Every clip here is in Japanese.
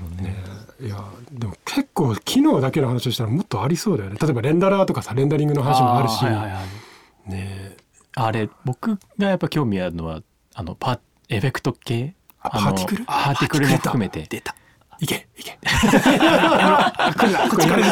もんね。いやでも結構機能だけの話をしたらもっとありそうだよね例えばレンダラーとかさレンダリングの話もあるし、ーはいはいはいねあれ僕がやっぱ興味あるのはあのパエフェクト系ああのパーティクルパーティクルも含めて出たいけい けこっちから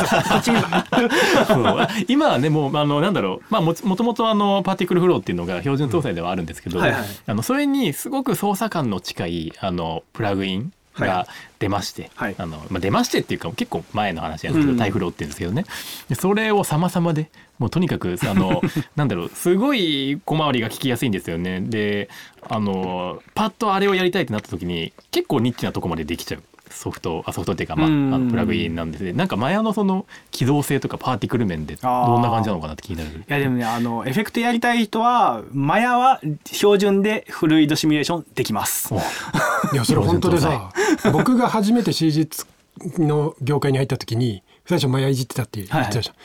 今はねもうあのなんだろう、まあ、もつもともとあのパーティクルフローっていうのが標準搭載ではあるんですけど、うんはいはいあのそれにすごく操作感の近いあのプラグインはいが出まして、はいあのまあ、出ましてっていうか結構前の話なんですけど、うんタイフローっていうんですけどねでそれを様々でもうとにかくあ のなんだろうすごい小回りが効きやすいんですよねであのパッとあれをやりたいってなった時に結構ニッチなとこまでできちゃうソフトあソフトっていうか、まあ、あうんのプラグインなんですねなんかマヤのその機動性とかパーティクル面でどんな感じなのかなって気になる いやでもねあのエフェクトやりたい人はマヤは標準でフルイドシミュレーションできます。おいやそれ本当でさ僕が初めて CG の業界に入った時に最初マヤいじってたって言ってたじゃん、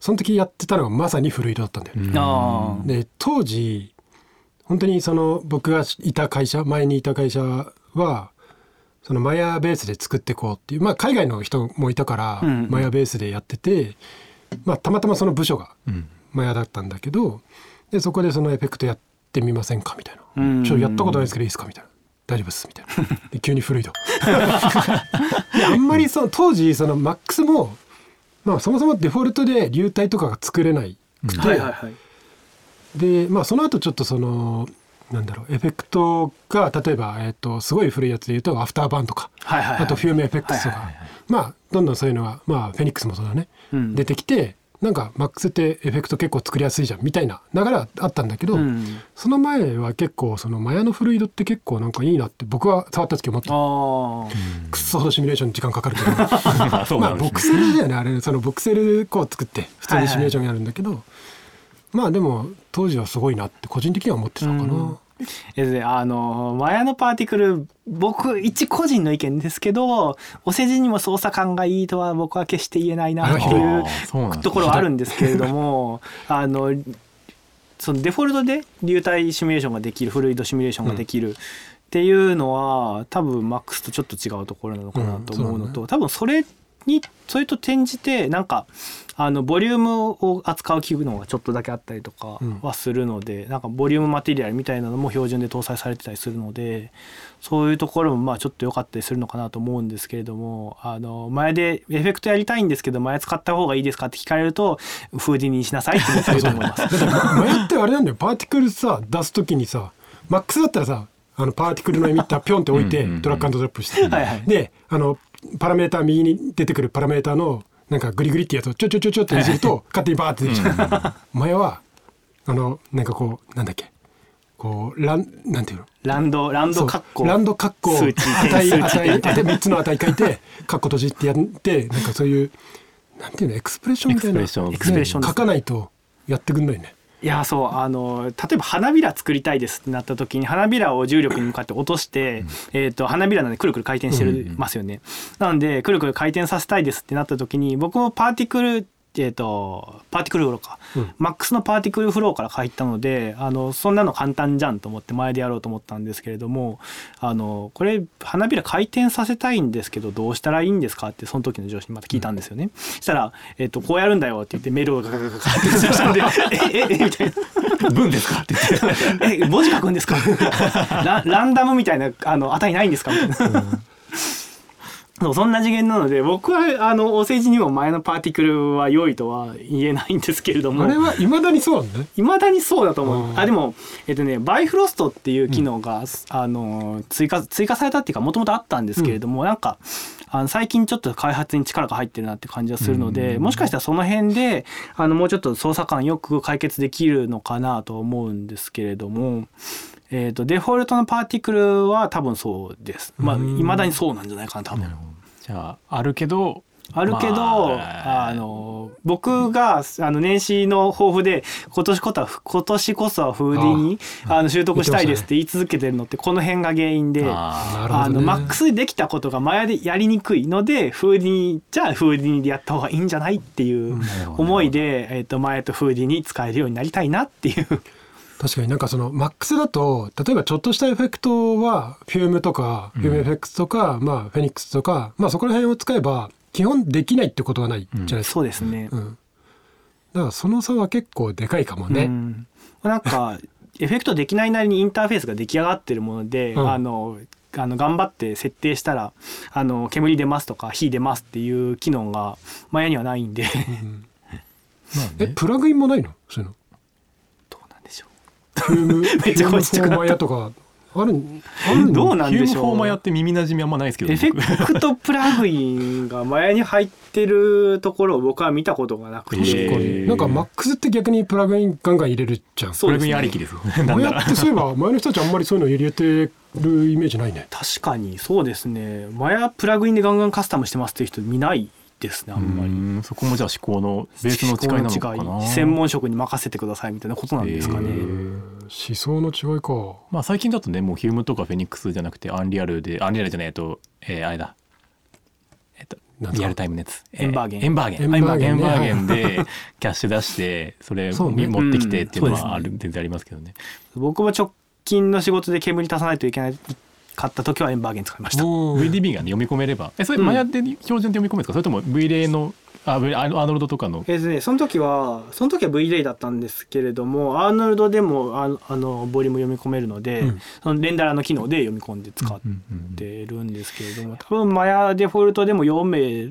その時やってたのがまさにフルイドだったんだよ、ねあーで当時本当にその僕がいた会社前にいた会社はそのマヤベースで作ってこうっていう、まあ、海外の人もいたからうんうんマヤベースでやってて、まあ、たまたまその部署がうんマヤだったんだけどでそこでそのエフェクトやってみませんかみたいな「うんちょっとやったことないですけどいいですか?」みたいな「大丈夫っす」みたいな で急に古いと。いやあんまりその当時その MAX も、まあ、そもそもデフォルトで流体とかが作れないくて、はいはいはい。でまあその後ちょっとそのなんだろうエフェクトが例えば、えっとすごい古いやつで言うとアフターバーンとか、はいはいはいあとフュームエフェクスとか、はいはまあどんどんそういうのはまあフェニックスもそうだね、うん出てきてなんか MAX ってエフェクト結構作りやすいじゃんみたいな流れはあったんだけど、うんその前は結構そのマヤのフルイドって結構なんかいいなって僕は触った時思っあたあ。くっそほどシミュレーション時間かかる けどそうまなあんでボクすセルだよねあれそのボクセルこう作って普通にシミュレーションやるんだけど、まあでも当時はすごいなって個人的には思ってたのかな。うんですね、あのマヤのパーティクル僕一個人の意見ですけどお世辞にも操作感がいいとは僕は決して言えないなっていあーそうなんですうねところはあるんですけれどもあのそのデフォルトで流体シミュレーションができるフルイドシミュレーションができる。っていうのは多分 MAX とちょっと違うところなのかなと思うのと、多分それにそれと転じてなんかあのボリュームを扱う機能がちょっとだけあったりとかうんはするので、なんかボリュームマテリアルみたいなのも標準で搭載されてたりするのでそういうところもまあちょっと良かったりするのかなと思うんですけれどもあの前でエフェクトやりたいんですけど前使った方がいいですかって聞かれるとフーディニーしなさいって言ってると思い ます。ま迷ってあれなんだよパーティクルさ出す時にさマックスだったらさあのパーティクルのエミッターピョンって置いてうんうんうんドラッグアンドドロップしてはいはいであのパラメーター右に出てくるパラメーターのなんかグリグリってやつをちょちょちょちょっていじると勝手にバーって出てきちゃう前はあのなんかこうなんだっけこうランなんていうのランドランドそうカッコランドカッコ数値値点数値値値3つの値書いてカッコ閉じってやってなんかそういうなんていうのエクスプレッションみたいなエクスプレッションエクスプレッションです書かないとやってくんないねいやそうあの例えば花びら作りたいですってなった時に花びらを重力に向かって落として、えー、と花びらなんでくるくる回転してるますよね。なのでくるくる回転させたいですってなった時に僕もパーティクルえー、とパーティクルフローか、うんマックスのパーティクルフローから入ったのであのそんなの簡単じゃんと思って前でやろうと思ったんですけれどもあのこれ花びら回転させたいんですけどどうしたらいいんですかってその時の上司にまた聞いたんですよね、そしたら、えーと「こうやるんだよ」って言ってメールをガガガガガって打ち出 したんで「えええみたいな文ですかって言 ってえ文字書くんですか ラランダムみたいなあの値ないんですかみたいな。そうそんな次元なので僕はあのお世辞にも前のパーティクルは良いとは言えないんですけれどもあれはいまだにそうなんだねいまだにそうだと思ううんあでもえっとねバイフロストっていう機能が、あの追加追加されたっていうかもともとあったんですけれども、なんかあの最近ちょっと開発に力が入ってるなって感じはするので、もしかしたらその辺であのもうちょっと操作感よく解決できるのかなと思うんですけれども。えっとデフォルトのパーティクルは多分そうです。まあ、いまだにそうなんじゃないかな、多分。じゃああるけどあるけど、まあ、の僕があの年始の抱負で今年こそは今年こそはフーディーにあの習得したいですって言い続けてるのってこの辺が原因で。あなるほどねあのマックスでできたことが前でやりにくいのでフーディーにじゃあフーディーにでやった方がいいんじゃないっていなうるほど思いで、えっと前とフーディーに使えるようになりたいなっていうー確かになんかその MAX だと例えばちょっとしたエフェクトはフュームとかフュームエフェクトとか、まあフェニックスとかまあそこら辺を使えば基本できないってことはないじゃないですか、そうですね。うんだからその差は結構でかいかもね、うんなんかエフェクトできないなりにインターフェースが出来上がってるもので、うんあのあの頑張って設定したらあの煙出ますとか火出ますっていう機能がマヤにはないんでまあえねプラグインもないのそういうのどうなんでしょフュームめっちゃこっちとかフュームフォーマイヤとかあるあるう。 どうななんヒュでームしフょォーマやうっ。て耳なじみあんまないですけど エフ僕ェクトプラグインがマヤに入ってるところを僕は見たことがなくて、確かになんか MAX って逆にプラグインガンガン入れるじゃんそプラうですグイねンありきですよなん前なっらてそういえば前の人たちあんまりそういうの入れてるイメージないね確かにそうですね。マヤプラグインでガンガンカスタムしてますっていう人見ないですねあ うんまり。んそこもじゃあ思考のベースの違いなのか思考なの違い専門職に任せてくださいみたいなことなんですかね。へー思想の違いかまあ最近だとねもうヒュームとかフェニックスじゃなくてアンリアルでアンリアルじゃないえっと、えーあれだえっとなんだリアルタイムのやつえエンバーゲンエンバーゲンエンバーゲンねあエンバーゲンでキャッシュ出してそれそうね持ってきてっていうのうんはある全然ありますけどね僕も直近の仕事で煙足さないといけない買った時はエンバーゲン使いました。 VDB がね読み込めればえそれうんマヤで標準で読み込めるんですかそれとも V レイのあ V アーノルドとかのえーとね、その時はその時は V レイだったんですけれどもアーノルドでもあのあのボリューム読み込めるので、うんそのレンダラーの機能で読み込んで使っうんうんうんてるんですけれども、多分マヤデフォルトでも読め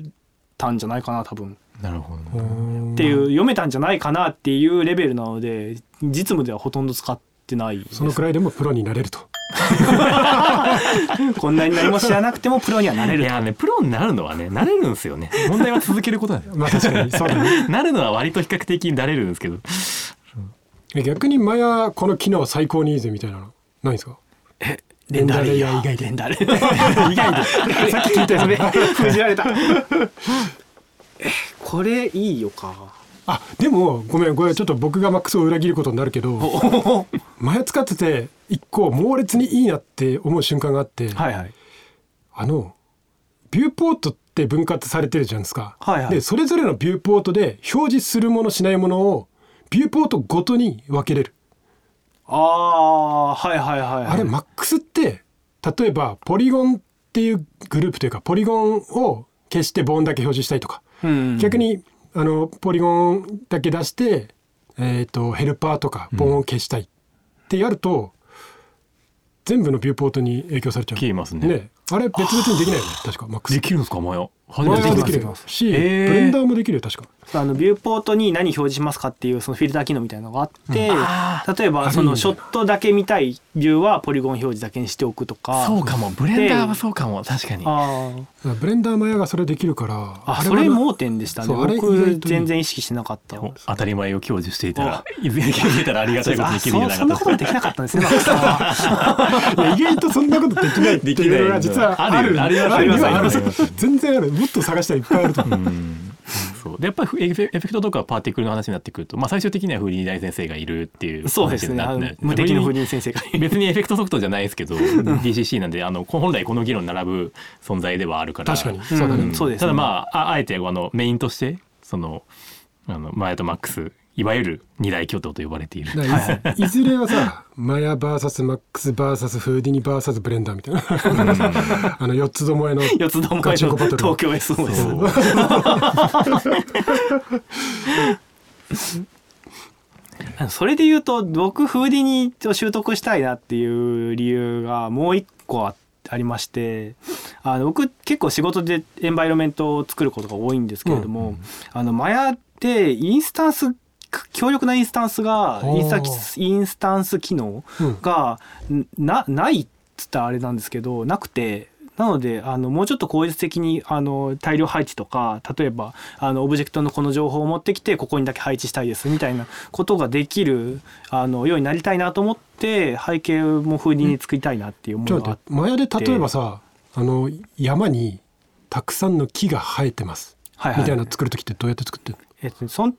たんじゃないかな多分なるほどねっっていう読めたんじゃないかなっていうレベルなので実務ではほとんど使ってないですそのくらいでもプロになれるとこんなに何も知らなくてもプロにはなれいるやねプロになるのはね慣れるんですよね問題は続けることなんです よまあ確かにそうだねなるのは割と比較的慣れるんですけどえ逆にマヤこの機能最高にいいぜみたいなのないんですか レンダレイヤー以外でレンダレイヤー以外でさっき聞いたやつね封じられた えこれいいよかあでもごめんこれちょっと僕がマックスを裏切ることになるけどはマヤ使ってて一個猛烈にいいなって思う瞬間があって、いはいあのビューポートって分割されてるじゃないですか、はいはいでそれぞれのビューポートで表示するものしないものをビューポートごとに分けれる、あーはいはいはいはいあれマックスって例えばポリゴンっていうグループというかポリゴンを消してボーンだけ表示したいとか、うん逆にあのポリゴンだけ出して、えー、とヘルパーとかボーンを消したいってやると、全部のビューポートに影響されちゃう消えますねあれ別々にできないよね確かマックスできるんですかマヤ初マめヤては聞でいきたるできますし、えーブレンダーもできるよ確かあのビューポートに何表示しますかっていうそのフィルター機能みたいなのがあって、あ例えばそあるんだのショットだけ見たいビューはポリゴン表示だけにしておくとかそうかもブレンダーはそうかも確かにあーブレンダーマヤがそれできるからあれそはなれ盲点でしたねそうあれ意外僕と全然意識してなかったお当たり前を享受していたらいずれ気づいたらありがたいことあにそ気づいてうなそんなかこったともできなかったんですねマックスさんはいや意外とそんなことできないってできいなういのが実はああるるよありますあるよありますある全然あるもっと探したらいっぱいあると思ううんそうでやっぱりエフェエフェクトとかパーティクルの話になってくると、まあ、最終的にはフリー大先生がいるっていうそうですね話あになのって無敵の不倫先生が別にエフェクトソフトじゃないですけど DCC なんであのこ本来この議論に並ぶ存在ではあるから確かにうんそうだねそうですねただまあああえてあのメインとしてそのあのマヤとマックスいわゆる二大巨頭と呼ばれているだからいずいずれはさマヤ VS マックス VS フーディニ VS ブレンダーみたいなあの4つどもえの四つどもえのガチンコバトル東京 SO ですそうあのそれで言うと僕フーディニを習得したいなっていう理由がもう一個あありましてあの僕結構仕事でエンバイロメントを作ることが多いんですけれども、あのマヤってインスタンス強力なインスタンスがおーインスタインスタンス機能うんがなないっつったらあれなんですけどなくてなのであのもうちょっと効率的にあの大量配置とか例えばあのオブジェクトのこの情報を持ってきてここにだけ配置したいですみたいなことができるあのようになりたいなと思って背景も風に作りたいなっていう思いちょっとがあ待っってマヤで例えばさあの山にたくさんの木が生えてますはいはいみたいなの作る時ってどうやって作ってるえっとねそん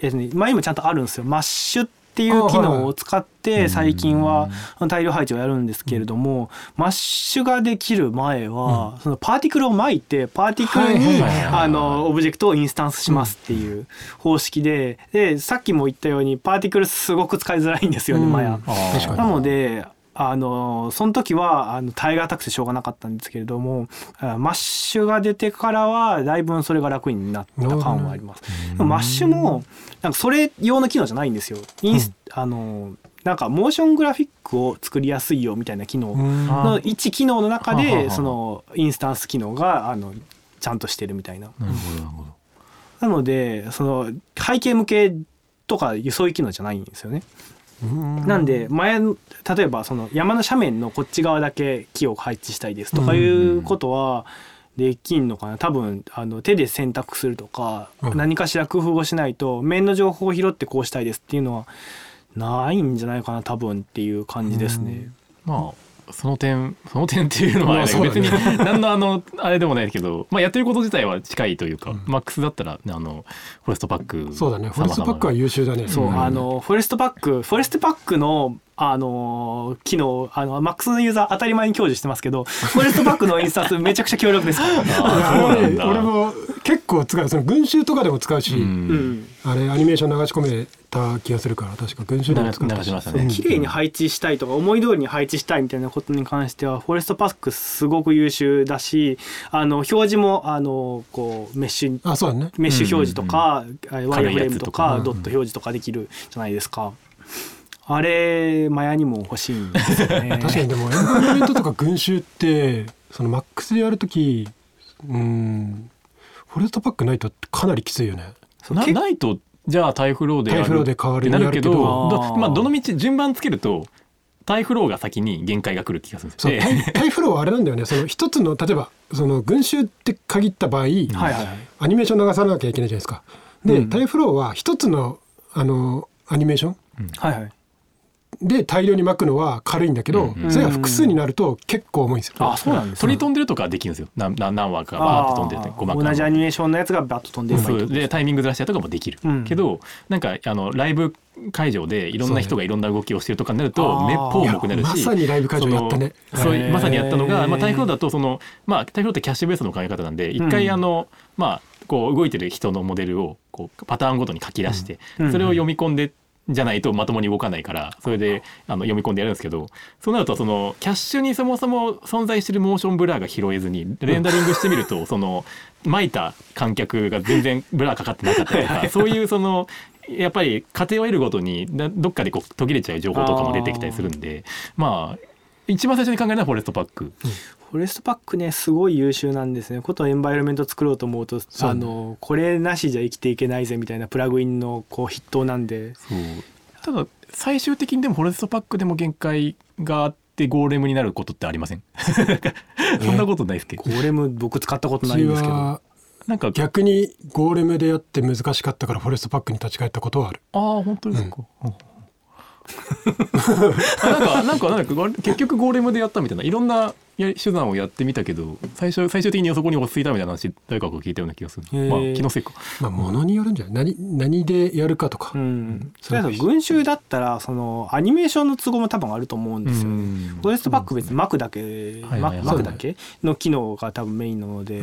えっとね、まあ今ちゃんとあるんですよ。マッシュっっていう機能を使って最近は大量配置をやるんですけれども、マッシュができる前は、そのパーティクルを巻いてパーティクルはいにはいはいあのオブジェクトをインスタンスしますっていう方式ででさっきも言ったようにパーティクルすごく使いづらいんですよね、うんマヤ。あー確かなのであのその時はあの耐え難くてしょうがなかったんですけれどもあマッシュが出てからはだいぶそれが楽になった感はあります。でもマッシュもなんかそれ用の機能じゃないんですよ。インスあのなんかモーショングラフィックを作りやすいよみたいな機能うんあの一機能の中はあはあではあそのインスタンス機能があのちゃんとしてるみたいな。なるほどなるほどなのでその背景向けとかそういう機能じゃないんですよね。なんで前の例えばその山の斜面のこっち側だけ木を配置したいですとかいうことはできんのかな多分あの手で選択するとかうん何かしら工夫をしないと面の情報を拾ってこうしたいですっていうのはないんじゃないかな多分っていう感じですね。まあその点その点っていうのは、まあ ねそうだ別ねに何のあのあれでもないけど、まあ、やってること自体は近いというか、マックスだったらねあのフォレストパックそうだねフォレストパックは様々優秀だねそう、うんあのフォレストパックフォレストパックのあの機能あのマックスのユーザー当たり前に享受してますけどフォレストパックのインスタンスめちゃくちゃ強力ですから、 あいやーそうあれなんだ俺も結構使うその群衆とかでも使うし、うんうん、あれアニメーション流し込めた気がするから確か群衆でも使っ流た流しましたうねん綺麗に配置したいとか思い通りに配置したいみたいなことに関してはフォレストパックすごく優秀だしあの表示もあのこうメッシュあそうだねメッシュ表示とか、えワイヤーフレームと軽いかやつとかドット表示とかできるじゃないですか。あれマヤにも欲しいんですよ ね確かにでもエンパイアメントとか群衆ってそのマックスでやるときうんフォレストパックないとかなりきついよねそうな結構ないとじゃあタイフローでやるタイフローで代わりにってなるけどやるけどどあーまあ、どの道順番つけるとタイフローが先に限界が来る気がするんですそよう、でタイタイフローはあれなんだよねその一つの例えばその群衆って限った場合、はいはいはいアニメーション流さなきゃいけないじゃないですかで、うんタイフローは一つのあのアニメーションはいはいで大量に巻くのは軽いんだけど、うんそれが複数になると結構重いんですよ、あそうなんです鳥ね飛んでるとかできるんですよなな何話かバーって飛んでてあー5幕同じアニメーションのやつがバッと飛んでればいいそとうでタイミングずらしたりとかもできる、うんけどなんかあのライブ会場でいろんな人がいろんな動きをしてるとかになるとあーめっぽう重くなるしいやまさにライブ会場やったねそのそうへーまさにやったのが、まあ、台風だとその、まあ、台風ってキャッシュベースの考え方なんで一回うんあの、まあこう動いてる人のモデルをこうパターンごとに書き出して、うんそれを読み込んでじゃないとまともに動かないからそれであの読み込んでやるんですけどそうなるとそのキャッシュにそもそも存在してるモーションブラーが拾えずにレンダリングしてみる とその巻いた観客が全然ブラーかかってなかったりとかそういうそのやっぱり過程を得るごとになどっかでこう途切れちゃう情報とかも出てきたりするんでまあ一番最初に考えるのはフォレストパック。フォレストパックねすごい優秀なんですねことエンバイロメント作ろうと思うとそうあのこれなしじゃ生きていけないぜみたいなプラグインのこう筆頭なんでただ最終的にでもフォレストパックでも限界があってゴーレムになることってありません そんなことないですけどゴーレム僕使ったことうないちんですけどはなんかあ逆にゴーレムでやって難しかったからフォレストパックに立ち返ったことはあるあー本当ですか、うんあなんかなんかなんかゴー結局ゴーレムでやったみたいないろんなや手段をやってみたけど最初最終的にそこに落ち着いたみたいな話誰かが聞いたような気がするへーまあ気のせいかまあものによるんじゃない何何でやるかとか、うん、そそうれだと群衆だったらそのアニメーションの都合も多分あると思うんですうよね、んフォレストパック別に巻くだけ、はいはいはい巻くだけの機能が多分メインなので、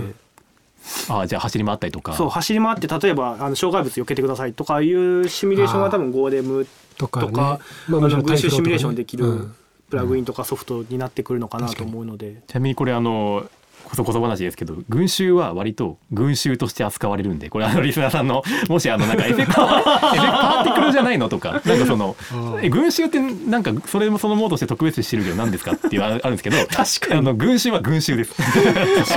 ああじゃあ走り回ったりとかそう走り回って例えばあの障害物避けてくださいとかいうシミュレーションは多分ゴーレムとか、ね、とか、まああもちろのんタイプ群衆ロとシかねミュレーションできるうんプラグインとかソフトになってくるのかな確かとに思うので。ちなみにこれあのこそこそ話ですけど群衆は割と群衆として扱われるんでこれあのリスナーさんのもしあのなんかエフェクトエフ ェクトパーティクルじゃないのとかなんかそのあーえ群衆ってなんかそれもそのモードして特別視してるけど何ですかっていうああるんですけど確かにあの群衆は群衆です。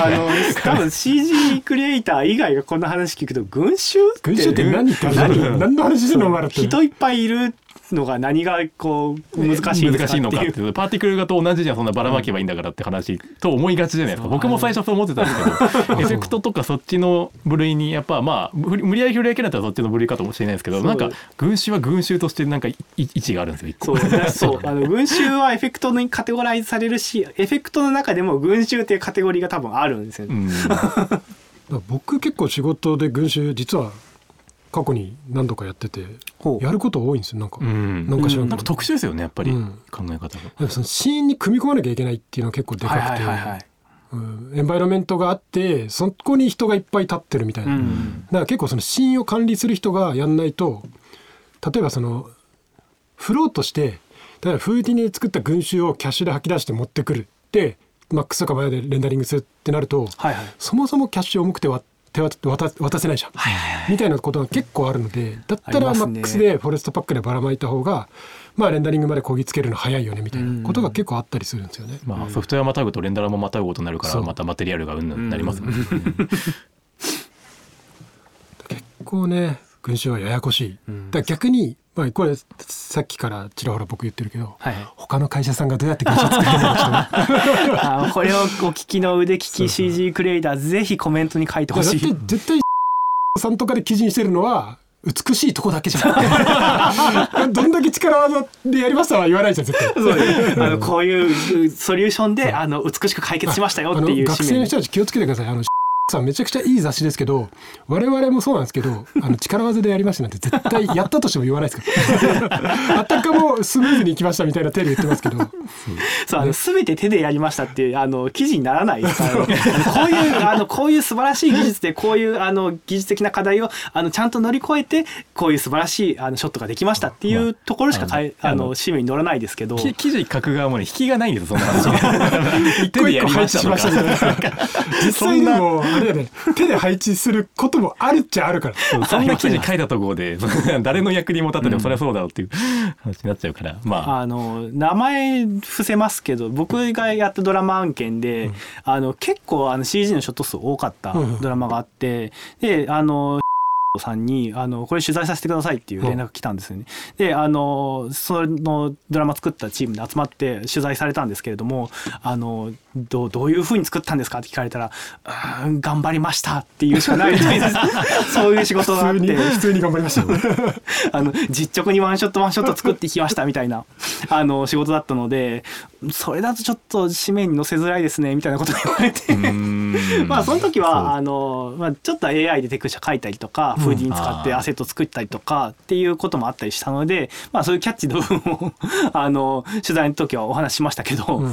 あの多分 CG クリエイター以外がこんな話聞くと群衆って群衆って何って話何何の話してんのお前らって人いっぱいいるのが何がこう難しいんです難しいのかっていいううパーティクルがと同じじゃんそんなばらまけばいいんだからって話と思いがちじゃないですか僕も最初そう思ってたん ですけどエフェクトとかそっちの部類にやっぱまあ無理無理やり振り分けられたらそっちの部類かともしれないですけどそうなんか群衆は群衆としてなんかい位置があるんですよ一個そうだそうあの群衆はエフェクトにカテゴライズされるしエフェクトの中でも群衆っていうカテゴリーが多分あるんですようね。ん僕結構仕事で群衆実は過去に何度かやっててほうやること多いんですよなんか、うん なんか知らんけなんかど、特殊ですよねやっぱり、うん考え方が。でもそのシーンに組み込まなきゃいけないっていうのは結構でかはいくはて、いはいはい。うんエンバイロメントがあってそこに人がいっぱい立ってるみたいな、うだん。から結構そのシーンを管理する人がやんないと例えばそのフローとして例えばフーディニで作った群衆をキャッシュで吐き出して持ってくるでマックスとかマヤでレンダリングするってなると、はいはい。そもそもキャッシュ重くてわ手渡渡渡せないじゃん、みたいなことが結構あるのでだったあらりマますねックスでフォレストパックでばらまいた方がまあレンダリングまでこぎつけるの早いよねみたいなことが結構あったりするんですよね。まあ、ソフトウェアまたぐとレンダラもまたぐことになるかそらうまたマテリアルがうんぬんなりますもんね。こうね群衆はややこしい。だから逆に、まあ、これさっきからちらほら僕言ってるけど、はいはい他の会社さんがどうやって群衆作ってるのかちょっとね あこれをお聞きの腕利き CG クリエイターぜひコメントに書いてほしいやいだ。って絶対さんとかで記事にしてるのは美しいとこだけじゃ んどんだけ力技でやりましたは言わないじゃん絶対そうです あのこういうソリューションであの美しく解決しましたよあっのていう学紙生の面人たち気をつけてくださいあのさんめちゃくちゃいい雑誌ですけど我々もそうなんですけどあの力技でやりましたなんて絶対やったとしても言わないですから あたかもスムーズにいきましたみたいな手で言ってますけどそうあの全て手でやりましたっていうあの記事にならないですからあのこういうあのこういう素晴らしい技術でこういうあの技術的な課題をあのちゃんと乗り越えてこういう素晴らしいあのショットができましたっていうところしかかいまあああのの紙面に載らないですけど。き記事書く側もね引きがないんですよそんな 話。一個一個配置しましたみたいな実際にそんなもあれやね手で配置することもあるっちゃあるからそんな記事書いたところで 誰の役にも立っててもそれはそうだろうっていう話になっちゃうからまああの名前伏せますけど僕がやったドラマ案件で、あの結構あの CG のショット数多かったうんうんドラマがあって、であのさんにあのこれ取材させてくださいっていう連絡来たんですよね。であのそのドラマ作ったチームで集まって取材されたんですけれどもあのどうどういうふうに作ったんですかって聞かれたら「うーん頑張りました」っていうしかないみたいで すそういう仕事があっ普通にて普通に頑張りましたよあの実直にワンショットワンショット作ってきましたみたいなあの仕事だったのでそれだとちょっと紙面に載せづらいですねみたいなことを言われてうーんまあそのそ時うはあの、まあ、ちょっと AI でテクスチャ書いたりとか、フーディに使ってあーアセット作ったりとかっていうこともあったりしたので、まあ、そういうキャッチの部分を あの取材の時はお話ししましたけど、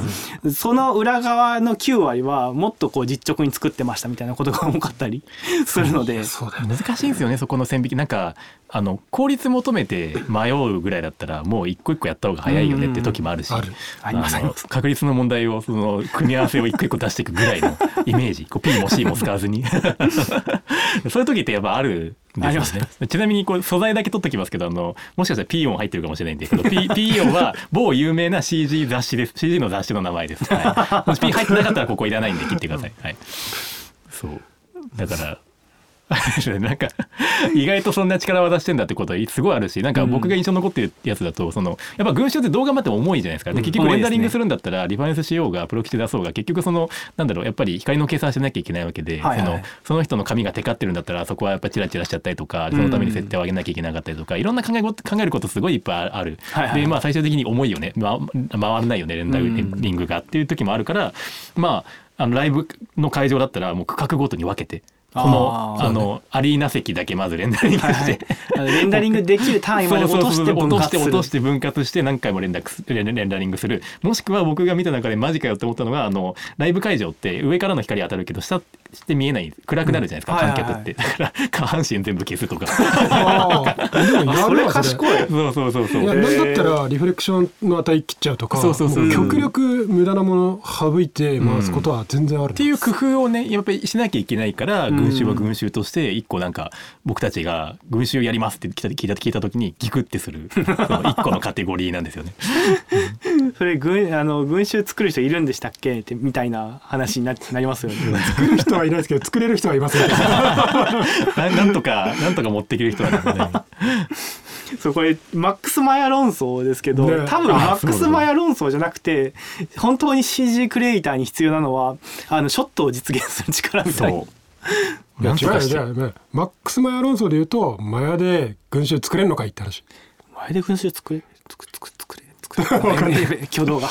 その裏側の9割はもっとこう実直に作ってましたみたいなことが多かったりするの で。そうだよね難しいんですよねそこの線引きなんかあの効率求めて迷うぐらいだったらもう一個一個やった方が早いよねって時もあるし、うんうんうんあるありますの確率の問題をその組み合わせを一個一個出していくぐらいのイメージこう P も C も使わずにそういう時ってやっぱあるんありでますすよねちなみにこう素材だけ取っときますけどあのもしかしたら P 音入ってるかもしれないんですけど P, P 音は某有名な CG 雑誌です CG の雑誌の名前です、はい、もし P 入ってなかったらここいらないんで切ってください、はい、そうだからなんか意外とそんな力技してんだってことはすごいあるしなんか僕が印象に残ってるやつだとそのやっぱ群衆って動画まって重いじゃないですかで結局レ重いですねンダリングするんだったらリファレンスしようがプロキシ出そうが結局そのなんだろうやっぱり光の計算しなきゃいけないわけではいはいそのその人の髪がテカってるんだったらそこはやっぱチラチラしちゃったりとかそのために設定を上げなきゃいけなかったりとかいろんな考えご考えることすごいいっぱいあるはいはいでまあ最終的に重いよね、ま、回らないよねレンダリングがっていう時もあるからまああのライブの会場だったらもう区画ごとに分けて。このあーあのアリーナ席だけまずレンダリングはいしはい て、あのレンダリングできる単位まで落として落分とし割てす落るとして分割して何回も連絡すレンレンダリングするもしくは僕が見た中でマジかよって思ったのがあのライブ会場って上からの光当たるけど下って見えない暗くなるじゃないですか、うん観客って、だから下半身全部消すと かあーでもやるわあそれいそうそうそうそういやへーなんだったらリフレクションの値切っちゃうとかそうそうそうも極力無駄なものを省いて回すことは全然あるっていう工夫をねやっぱりしなきゃいけないから群衆は群衆として一個なんか僕たちが「群衆やります」って聞いた聞いた聞いた時にギクってするその一個のカテゴリーなんですよね。それ群あの群衆作る人いるんでしたっけってみたいな話にななりますよね。作る人はいないですけど作れる人はいますよ ななんとかなんとか持ってきる人なんで、ね、そうこれマックスマヤ論争ですけど、ね多分あマックスマヤ論争じゃなくて本当に CG クリエイターに必要なのはあのショットを実現する力みたいなそ。う。なん違とうよかしてじゃあ マックスマヤ論争で言うとマヤで群衆作れるのかいって話前で群衆作れ作作作れ作 挙動が。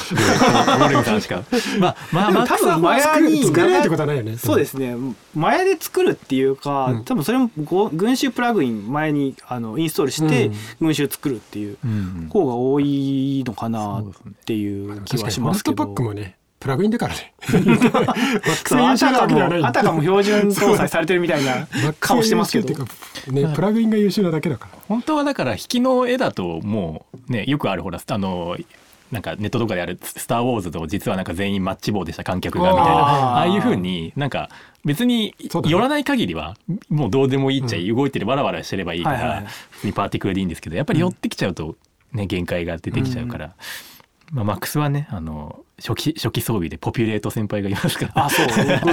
ゴルフさんしか。まあ、まあ、でマもック多スは分まマあヤ作にる作れないってことはないよねそうですねマヤで作るっていうか、うん多分それもご群衆プラグイン前にあのインストールしてうん群衆作るっていううんうん方が多いのかなそうですねっていう気確かはにしホまルスすけトどパックもねプラグインだから ねそうあたかわけではないもあたかも標準搭載されてるみたいな顔してますけどバックス優秀っていうかねプラグインが優秀なだけだから本当はだから引きの絵だともうねよくあるほらあのなんかネットとかである「スター・ウォーズ」と実はなんか全員マッチ棒でした観客がみたいなあーああいうふうになんか別にそうだね寄らない限りはもうどうでもいいっちゃいい動いてるわらわらしてればいいかはいはいはいら普通にパーティクルでいいんですけどやっぱり寄ってきちゃうとね限界が出てきちゃうから、まあ、マックスはねあの初期初期装備でポピュレート先輩がいますから。あそう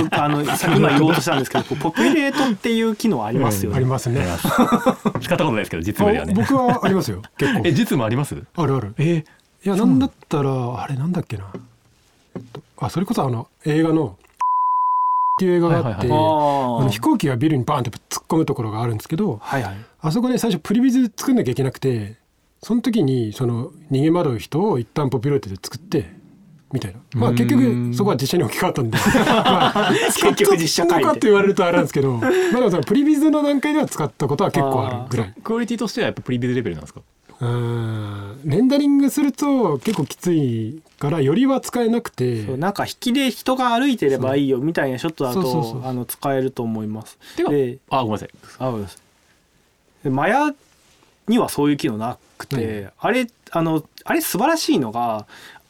僕あの 今言おうとしたんですけどこうポピュレートっていう機能ありますよありね。ますあ ねります使ったことないですけど実務ではあね。僕はあり ますよ結構え実務あります？あるあるえいやなんだったらあれなんだっけなえっとあそれこそあの映画のっていう映画があって、はいはあのあ飛行機がビルにバーンって突っ込むところがあるんですけどあはいはい。あそこで最初プリビズ作んなきゃいけなくてその時にその逃げ惑う人を一旦ポピュレートで作ってみたいなまあうーん結局そこは実写に置き換わったん でまあ結局実使写っ会たのかってで。言われるとあれなんですけどまあでもそのプリビズの段階では使ったことは結構あるぐらいー、クオリティとしてはやっぱプリビズレベルなんですか？うんレンダリングすると結構きついからよりは使えなくてそうなんか引きで人が歩いてればいいよみたいなショットだそうそうそうとそうあの使えると思います。てかであごめんなさい。あごめんなさいでマヤにはそういう機能なくて、うあれあのあれ素晴らしいのが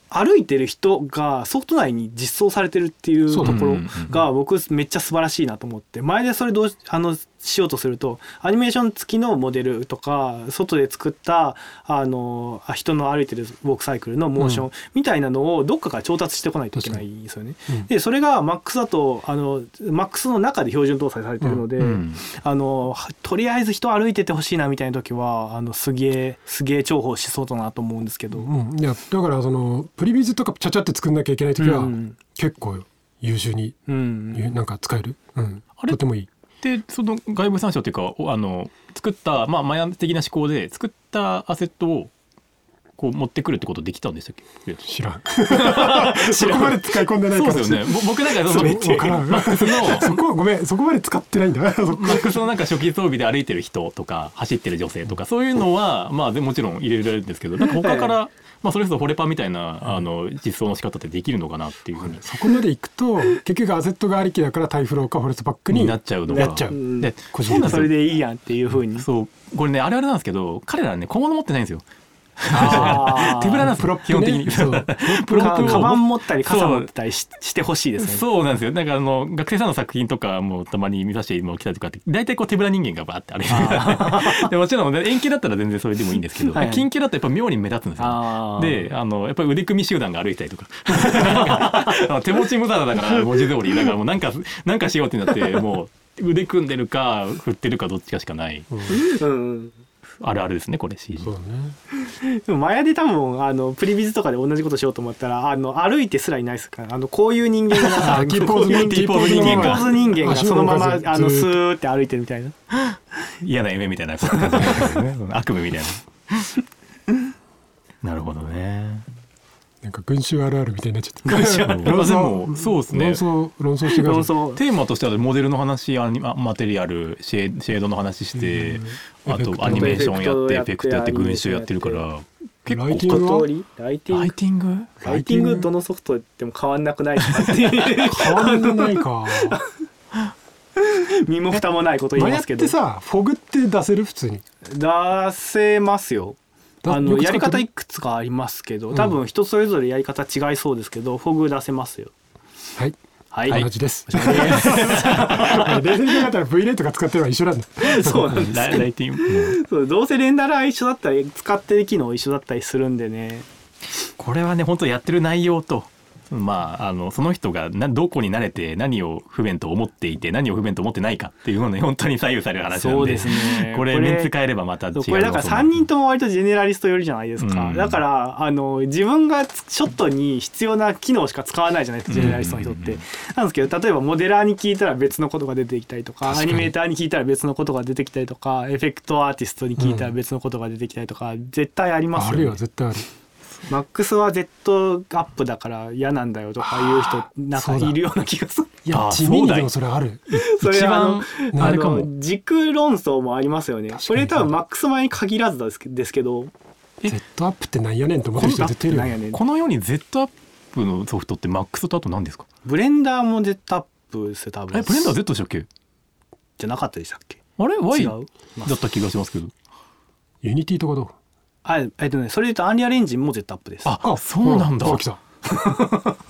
歩いてる人がソフト内に実装されてるっていうそとうだこねろが僕めっちゃ素晴らしいなと思って前でそれどうしあのしようとするとアニメーション付きのモデルとか外で作ったあのあ人の歩いてるウォークサイクルのモーションみたいなのをどっかから調達してこないといけないんですよね。うんでそれが MAX だとあの MAX の中で標準搭載されてるので。うんあのはとりあえず人歩いててほしいなみたいな時はあのすげえすげえ重宝しそうだなと思うんですけど、うん、いやだからそのプリビズとかちゃちゃって作んなきゃいけない時は、うん結構優秀に、うん、なんか使える、うん、あれとてもいいでその外部参照っていうかおあの作ったまあマヤ的な思考で作ったアセットをこう持ってくるってことできたんでしたっけ？知らんそこまで使い込んでないそかうらですよね。ぼ僕なんかそそ のうわからんマックスのそこごめんそこまで使ってないんだそこマックスのなんか初期装備で歩いてる人とか走ってる女性とかそういうのはまあでもちろん入れられるんですけどなんか他から、まあ、それこそフォレパみたいなあの実装の仕方ってできるのかなっていうふうにそこまで行くと結局アセットがありきだからタイフローかフォレストバックにになっちゃうのがなっちゃううんで個人的にそうなんですそよれでいいやんっていうふうにそうこれねあれあれなんですけど彼らね小物持ってないんですよあー手ぶらなんですプロよップね基本的にそうプロップかをカバン持ったり傘持ったりししてほしいですねそうなんですよだからあの学生さんの作品とかもたまに見させてもらったりとかって大体こう手ぶら人間がバーってあれ でもちろんね遠景だったら全然それでもいいんですけどはい近景だとやっぱ妙に目立つんですよあーであのやっぱり腕組み集団が歩いたりとか あの手持ち無駄だから文字通りだからもうなんかなんかしようってなってもう腕組んでるか振ってるかどっちかしかないうんあるあるですねこれ CG そうだねでもマヤで多分あのプリビズとかで同じことしようと思ったらあの歩いてすらいないですからあのこういう人間 がティーポーズこういうティーポーズ人間がティーポーズ人間がそのまま足動かずあのずーっとスーって歩いてるみたいな嫌な夢みたいな感じですねその悪夢みたい な。なるほど ね。なんか群衆あるあるみたいになっちゃった群衆あるある論争まあでもそうっすね論争論争してくだ論さい争テーマとしてはモデルの話、アニママテリアル、シェーシェードの話して、あとアニメーションやって、エフェクトやって、群衆やってるから、結ライティン構グ一通りライティンラグイティングライティングどのソフトでも変わんなくないかっていう変わんないか身も蓋もないこと言い前まやっすけどてさフォグって出せる普通に出せますよだあよくの使っやてりる方いくつかありますけど多分人それぞれやり方違いそうですけどフォグ出せますよはいはい、同じです。 冷静に考えたら V レイとか使ってるのは一緒なんだ。 そうなんですライライティ ングもうそうどうせレンダラー一緒だったり使ってる機能一緒だったりするんでねこれはね本当やってる内容とまああのその人がなどこに慣れて何を不便と思っていて何を不便と思ってないかっていうのね本当に左右される話なんでそうですねこれこれメンツ変えればまた違うそうこれだから3人とも割とジェネラリスト寄りじゃないですか、うんだからあの自分がつショットに必要な機能しか使わないじゃないですかジェネラリストの人って、うんなんですけど例えばモデラーに聞いたら別のことが出てきたりとか確かアにニメーターに聞いたら別のことが出てきたりとかエフェクトアーティストに聞いたら別のことが出てきたりとか、絶対ありますあよ、ねるよ、絶対ある。 MAX は Z アップだから嫌なんだよとかいう人なんかいるような気がする。 いやあ地味そうにだいでもそれあるそれ一番あのあれかもの軸論争もありますよね。これ多分 MAX 前に限らずですけですけど、え Z アップってなんやねんと思ってる人絶対いるなよんやねんこのように Z アップのソフトって MAX とあと何ですかブレンダーも Z アップですよ多分。えブレンダー Z でしたっけじゃなかったでしたっけ？あれ Y 違だう。った気がしますけどユニティとかどうあえっとねそれで言うとアンリアルエンジンも Z アップです。あそうなんだほら来た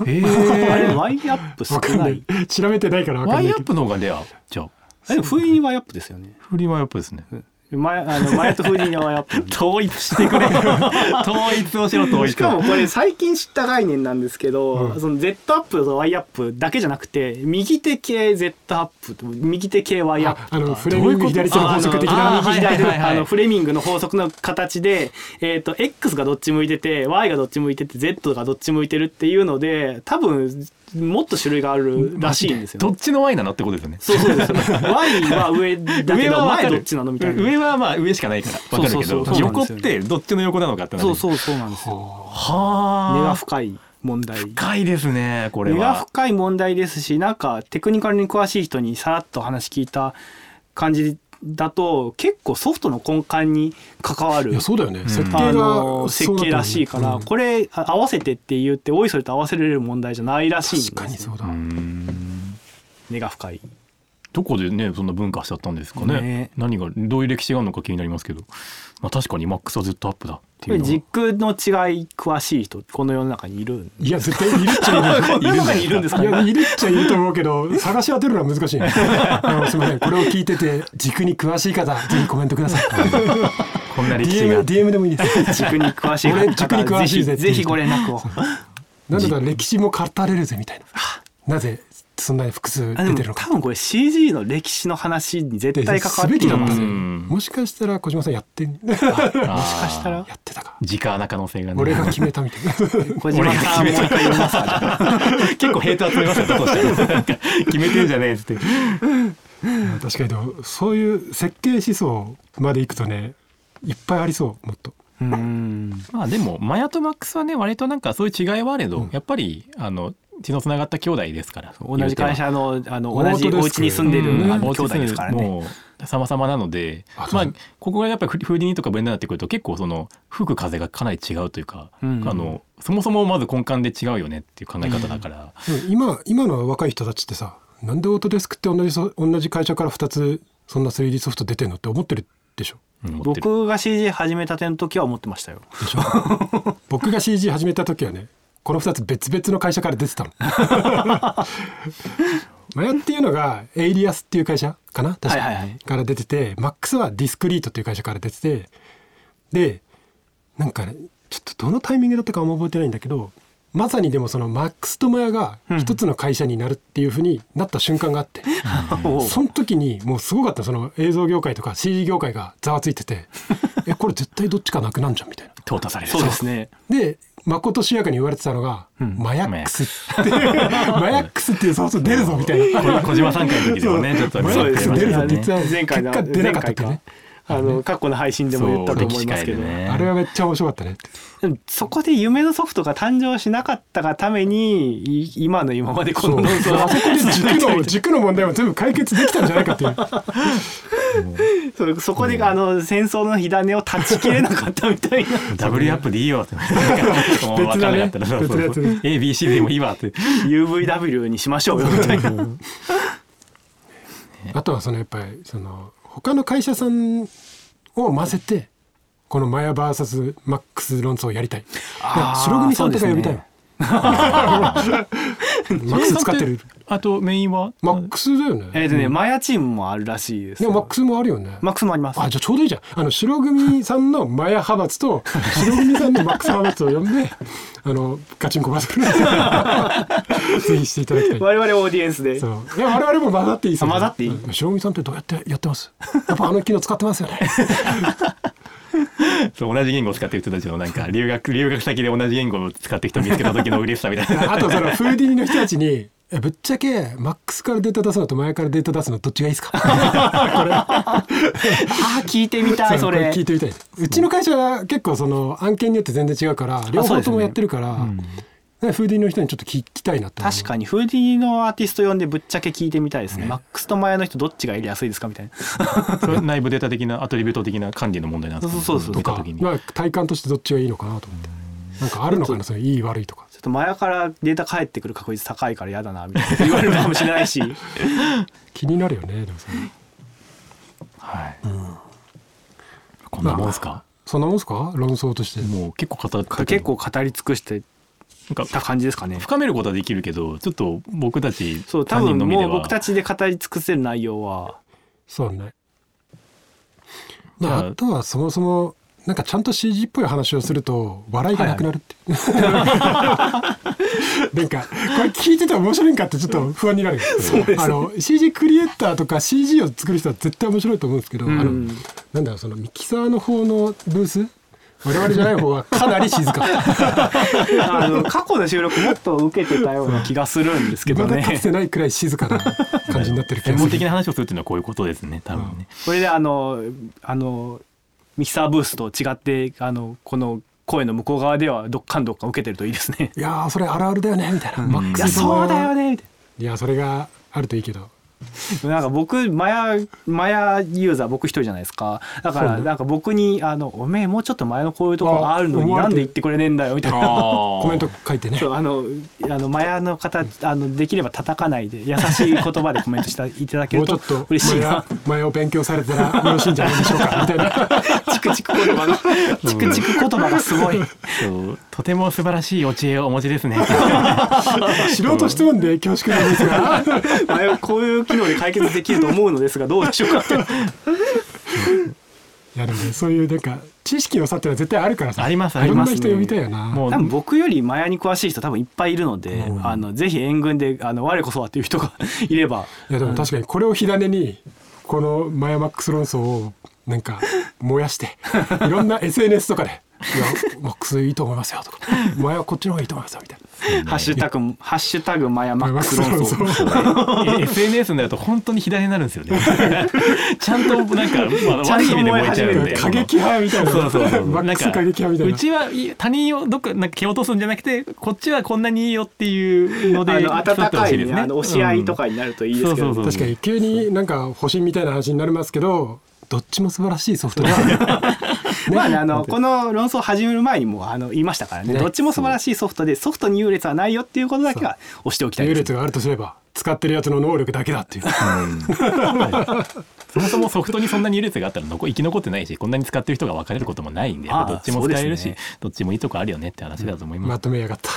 え あれえ Y アップ少わかんなないい。調べてないからわかん Y ないアけどップの方がレアじゃあえでも不意に Y アップですよね。フリーマイアップですね前あ の前と不意に Y アップなんで。統一して くれ統一をしろ統一しかもこれ最近知った概念なんですけど、うんその Z アップと Y アップだけじゃなくて右手系 Z アップと右手系 Y アップとかああのフレーミング左手の法則的あなあの右左手はいはいはいあのフレミングの法則の形で、えー、と X がどっち向いてて Y がどっち向いてて Z がどっち向いてるっていうので多分もっと種類があるらしいんですよね、どっちの Y なのってことですよねそうそうです Y は上だけ上どは分前かるどっちなのみたいな上はまあ上しかないからわかるそうけそどうそう横ってどっちの横なのかってなるそうそうそうなんですよほはあ根が深い問題深いですねこれ根がは深い問題ですしなんかテクニカルに詳しい人にさらっと話聞いた感じだと結構ソフトの根幹に関わうるいやそうだよねん設計あがのそ設うだったもんね計らしいから、うんこれあ合わせてって言っておいそれと合わせれる問題じゃないらしいんです確かにそううだーん根が深いどこでねそんな文化しちゃったんですかねね何がどういう歴史があるのか気になりますけど、まあ、確かに MAX はずっとアップだっていこうれのは軸の違い詳しい人この世の中にいるんいや絶対いるっちゃいるこの世の中 にいるんですかいやねいるっちゃいると思うけ ど探し当てるのは難しいあのすみませんこれを聞いてて軸に詳しい方ぜひコメントください こんな歴史 DM, が DM でもいいです軸に詳しい俺軸に方詳ぜしいひぜぜひご連 絡をなんだったら歴史も語れるぜみたいななぜそんなに複数あで出てるものか多分これ CG の歴史の話に絶対関わっすべてききだもんもねしうんもしかしたら小島さんやってんかしたらあーやってたか時価な可能性がね俺が決めたみ たいな小島さんもう一回言いますか結構ヘイト集めますよだとしたらなんか決めてるじゃねえっつって確かにでもそういう設計思想までいくとねいっぱいありそうもっと うんまあでもマヤとマックスはね割となんかそういう違いはあれど、やっぱりあの血のつながった兄弟ですから同じ会社のあの同じ本当ですお家に住んでる、あの兄弟ですからねもう様々なのであまあそうここがやっぱりフリフーディニとかブレンダーになってくると結構その吹く風がかなり違うというか、うんあのそもそもまず根幹で違うよねっていう考え方だから、うん今今の若い人たちってさなんでオートデスクって同じそ同じ会社から2つそんな 3D ソフト出てんのって思ってるでしょうん思ってる僕が CG 始めたての時は思ってましたよでしょ 僕が CG 始めた時はねこの2つ別々の会社から出てたの マヤっていうのがエイリアスっていう会社かな確か、はいはいはいから出ててマックスはディスクリートっていう会社から出ててでなんかねちょっとどのタイミングだったかは覚えてないんだけどまさにでもそのマックスとマヤが一つの会社になるっていうふうになった瞬間があって、 その時にもうすごかったその映像業界とか CG 業界がざわついて てえこれ絶対どっちかなくなんじゃんみたいな。淘汰されるそうですねでまことしやかに言われてたのが、マヤックスって マヤックスっていうソフト出るぞみたいな。こ小島さん会の時でもねちょっとマねヤックスやっ出てるぞまってしたよ言ってねた前回の結果出なかったってね。あの過去の配信でも言ったと思いますけど、そう歴史界でねあれはめっちゃ面白かったね。でもそこで夢のソフトが誕生しなかったがためにい今の今までこそのう論争あはそこで軸の軸の問題も全部解決できたんじゃないかっていう。 それそこであの戦争の火種を断ち切れなかったみたいなダブルアップでいいよって。 もう分かんなかったら、別だそうねそう別のや ABC でもいいわって。 UVW にしましょうよみたいなあとはそのやっぱりその他の会社さんを混ぜてこのマヤ VS マックス論争をやりたい。あー白組さんとか呼びたいもん。 マックス使ってる。あとメインはマックスだよね。えっとね、マヤチームもあるらしいですでよもマックスもあるよね。マックスもありますあじゃあちょうどいいじゃん。あの白組さんのマヤ派閥と白組さんのマックス派閥を呼んで、 あのガチンコバズる。 ぜひしていただきたい。我々オーディエンスでそういや我々も混ざっていいですよあ混ざっていいうん白組さんってどうやってやってますやっぱあの機能使ってますよねそう同じ言語を使ってる人たちのなんか 留学留学先で同じ言語を使ってる人を見つけた時の嬉しさみたいな。あとそのフーディーの人たちにえぶっちゃけマックスからデータ出すのと前からデータ出すのどっちがいいです かこれあー聞いてみたいそそうこれ聞いてみたいうちの会社は結構その案件によって全然違うから両そう方ですとよもねやってるから、ねフーディーの人にちょっと聞きたいなと思う確かにフーディーのアーティスト呼んでぶっちゃけ聞いてみたいですねマックスとマヤの人どっちがやりやすいですか みたいなそれ内部データ的なアトリビュート的な管理の問題なんですかねそうそうそう見たとか時にまあ、体感としてどっちがいいのかなと思ってなんかあるのかなそのいい悪いとかちょっとマヤからデータ返ってくる確率高いから嫌だなみたい な言われるかもしれないし気になるよねでもそれはい、こんなもんすか、そんなもんすか論争としてもう結構語ったけ結ど構語り尽くしてなんたか感じですかね深めることはできるけどちょっと僕たちそう多三人分のみでもはう僕たちで語り尽くせる内容 はそうねじゃああとはそもそもなんかちゃんと CG っぽい話をすると笑いがなくなるって、 なんかこれ聞いてて面白いんかってちょっと不安になるそうです、あの CG クリエイターとか CG を作る人は絶対面白いと思うんですけど、あのうんなんだろうそのミキサーの方のブース我々じゃない方はかなり静かあの過去の収録もっと受けてたような気がするんですけどまだかねつてないくらい静かな感じになってる気専がす門る的な話をするっていうのはこういうことですね多分ね、これであのあのミキサーブースと違ってあのこの声の向こう側ではどっかんどっかん受けてるといいですねいやーそれあるあるだよねみたいな、マッいクやスの場合そはうだよねみたいないやそれがあるといいけどなんか僕マヤマヤユーザー僕一人じゃないですかだかそうらねなんか僕に「あのおめえもうちょっと前のこういうところあるのにあなんで言ってくれねえんだよ」みたいな。ココメント書いてね そうあのあのマヤの方あのできれば叩かないで優しい言葉でコメントしていただけもるうちょとっと嬉しいな前前を勉強されたらよろしいんじゃないでしょうかみたいな チクチク言葉のチクチク言葉がすごいそうとても素晴らしいお知恵をお持ちですね素人質問で恐縮なんですがマヤこういう機能で解決できると思うのですがどうでしょう かいやでもねそういうなんか知識の差ってのは絶対あるからさありますいありろんなます人読みたいよなもう多分僕よりマヤに詳しい人多分いっぱいいるので、うんあのぜひ援軍であの我こそはっていう人がいればいやでも確かにこれを火種にこのマヤマックス論争をなんか燃やして いろんな SNS とかで「いやマックスいいと思いますよ」とか「マヤはこっちの方がいいと思いますよ」みたいなハッシュタグ、ハッシュタグマヤマックス論マヤマックス 争。え SNS になると本当に左になるんですよね ちゃんとなんか、まあ、ちゃ悪んとい意味で燃えちゃうんで過激派みたいなそうそうそうマックス過激派みたいなうちはい他人をどっかなんか蹴落とすんじゃなくてこっちはこんなにいいよっていうのであの競温ってほかしいですね、あの押し合いとかになるといいですけど、うんそうそう確かに急になんか保身みたいな話になりますけどどっちも素晴らしいソフトだ まあねあのこの論争を始める前にもあの言いましたからねねどっちも素晴らしいソフトでソフトに優劣はないよっていうことだけは押しておきたい優です劣があるとすれば使ってるやつの能力だけだっていうそもそもソフトにそんなに優劣があったら残生き残ってないしこんなに使ってる人が分かれることもないんでああどっちも使えるし、そうですどっちもいいとこあるよねって話だと思いま、ますとめやがった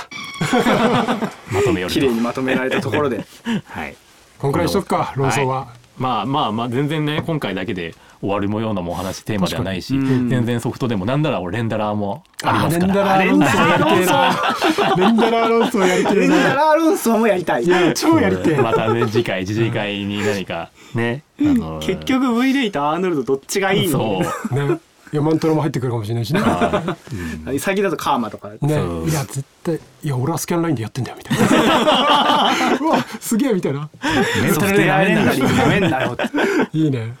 まとめより綺麗にまとめられたところではいこんくらいしとくか論争は、まあまあまあ全然ね今回だけで終わるもようなもお話テーマではないし確かにうん全然ソフトでもなんなら俺レンダラーもありあまレすンかダらラー論争やりてえなレンダラー論争やりてえレンダなラー論争もやりたいいや超やりてえまたね次回次々回に何かねあの結局 V レイとアーノルドどっちがいいそのうね山ントロも入ってくるかもしれないしね最近だとカーマとかねそういや絶対いや俺はスキャンラインでやってんだよみたいな うわすげえみたいなメンソタフルトウでェやアれレんンだダリングやめんなよっていいね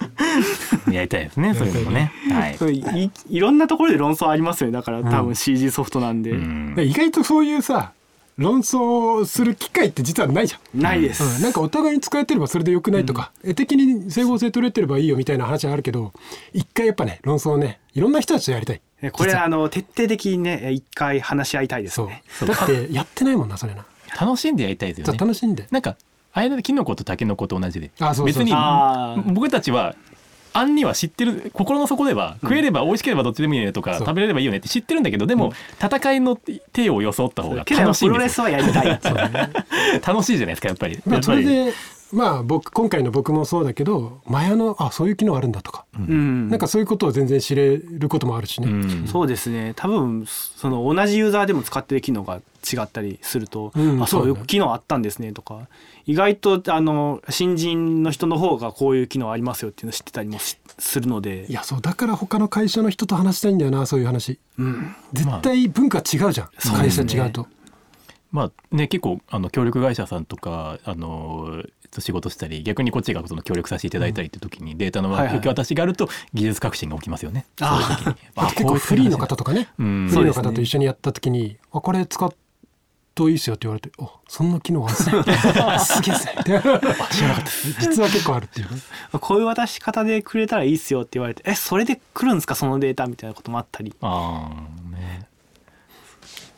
やりたいですねそういうのもねはい そういいろんなところで論争ありますよねだから多分 CG ソフトなんで、うんで意外とそういうさ論争する機会って実はないじゃんないです、うんなんかお互いに使えてればそれでよくないとか、絵的に整合性取れてればいいよみたいな話はあるけど一回やっぱね論争をねいろんな人たちとやりたいえこれ実はあの徹底的にねえ一回話し合いたいですそうねだってやってないもんなそれな、楽しんでやりたいでじすよゃあね楽しんでなんかあれだキノコとタケノコと同じであそうそう別にあー僕たちは案には知ってる心の底では食えれば美味しければどっちでもいいよねとか、そう食べれればいいよねって知ってるんだけどでも、戦いの手を装った方がけれど楽もしいプんロでレすスよはやりたい楽しいじゃないですかやっぱり、まやあっそぱれりでまあ僕今回の僕もそうだけどマヤのあそういう機能あるんだとか、うんなんかそういうことを全然知れることもあるしね、うんそうですね多分その同じユーザーでも使ってる機能が違ったりすると、うんあそうそいうだうね機能あったんですねとか意外とあの新人の人の方がこういう機能ありますよっていうの知ってたりもしするのでいやそうだから他の会社の人と話したいんだよなそういう話うん絶対文化違うじゃん、そう会で社すね違うとまあね、結構あの協力会社さんとかあの仕事したり逆にこっちがその協力させていただいたりって時にデータのはいはい受け渡しがあると技術革新が起きますよね。あそういう時にあと 結構フリーの方とかね、うんフリーのそうです方ねと一緒にやった時に「あこれ使っといいっすよ」って言われて「あそんな機能あるんすね」す げえっすね」ってあ知らなかった実は結構あるっていうこういう渡し方でくれたらいいっすよって言われてえそれで来るんですかそのデータみたいなこともあったりあーね。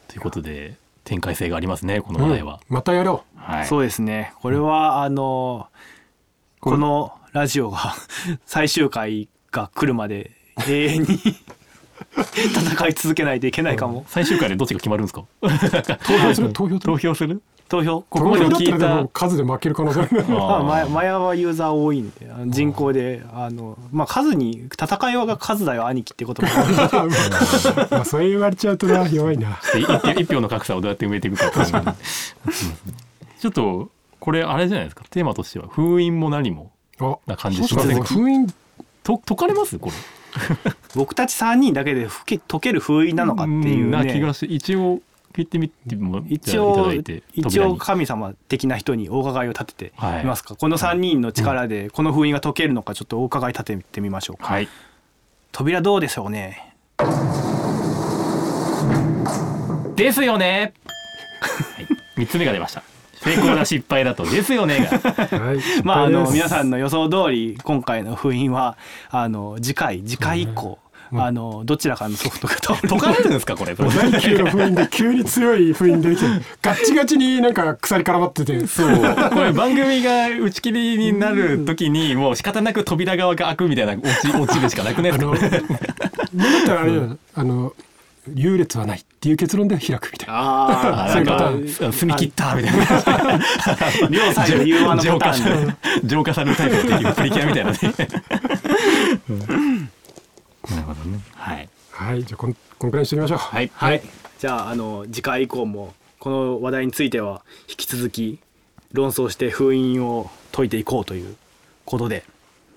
ということで展開性がありますねこの話題は。うんまたやろうはい、そうですねこれはあのこのラジオが 最終回が来るまで永遠に 戦い続けないといけないかも、最終回でどっちが決まるんですか投票する投票する投票する投票ここまで投票だったら聞いたでも数で負ける可能性あるまあ、あマヤマヤはユーザー多いんであの人口であの、まあ、数に戦いはが数だよ兄貴っていう こともあるまあそれ言われちゃうとな弱いなで一票一票の格差をどうやって埋めていくかって いうのがちょっとこれあれじゃないですかテーマとしては封印も何もあな感じそうししまますせんねか封印と解かれますこれ僕たち3人だけでふけ解ける封印なのかっていうな気ねがして一応聞いてみても一じゃあいた応だいて一扉応に神様的な人にお伺いを立ててはいいますか、この3人の力でこの封印が解けるのかちょっとお伺い立ててみましょうか、はい扉どうでしょうねですよねはい三つ目が出ました成功だ失敗だとですよねがはいまああの皆さんんの予想通り今回の封印はあの次回次回以降、あのどちらかのソフトが倒れ解かれるんですかこ れ第9の封印で急に強い封印できてガッチガチになんか鎖絡まっててそうこれ番組が打ち切りになる時にもう仕方なく扉側が開くみたいな落 ち落ちるしかなくないあですのかなんだったらあれだよあの優劣はないっていう結論で開くみたいなああそうないうんパタかーン澄み切ったみたいなあ 両サイド融和の浄パタ化ーンでされ浄化されるタイプの敵プリキュアみた いなねなるほどねはいはいじゃあこんこんくらいにしてみましょうはいはいじゃああの次回以降もこの話題については引き続き論争して封印を解いていこうということで、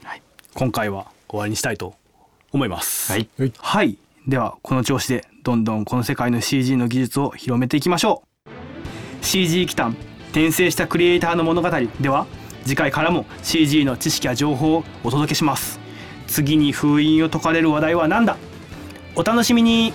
はい今回は終わりにしたいと思いますはいはいはいではこの調子でどんどんこの世界の CG の技術を広めていきましょう CG 期間転生したクリエイターの物語では次回からも CG の知識や情報をお届けします次に封印を解かれる話題は何だお楽しみに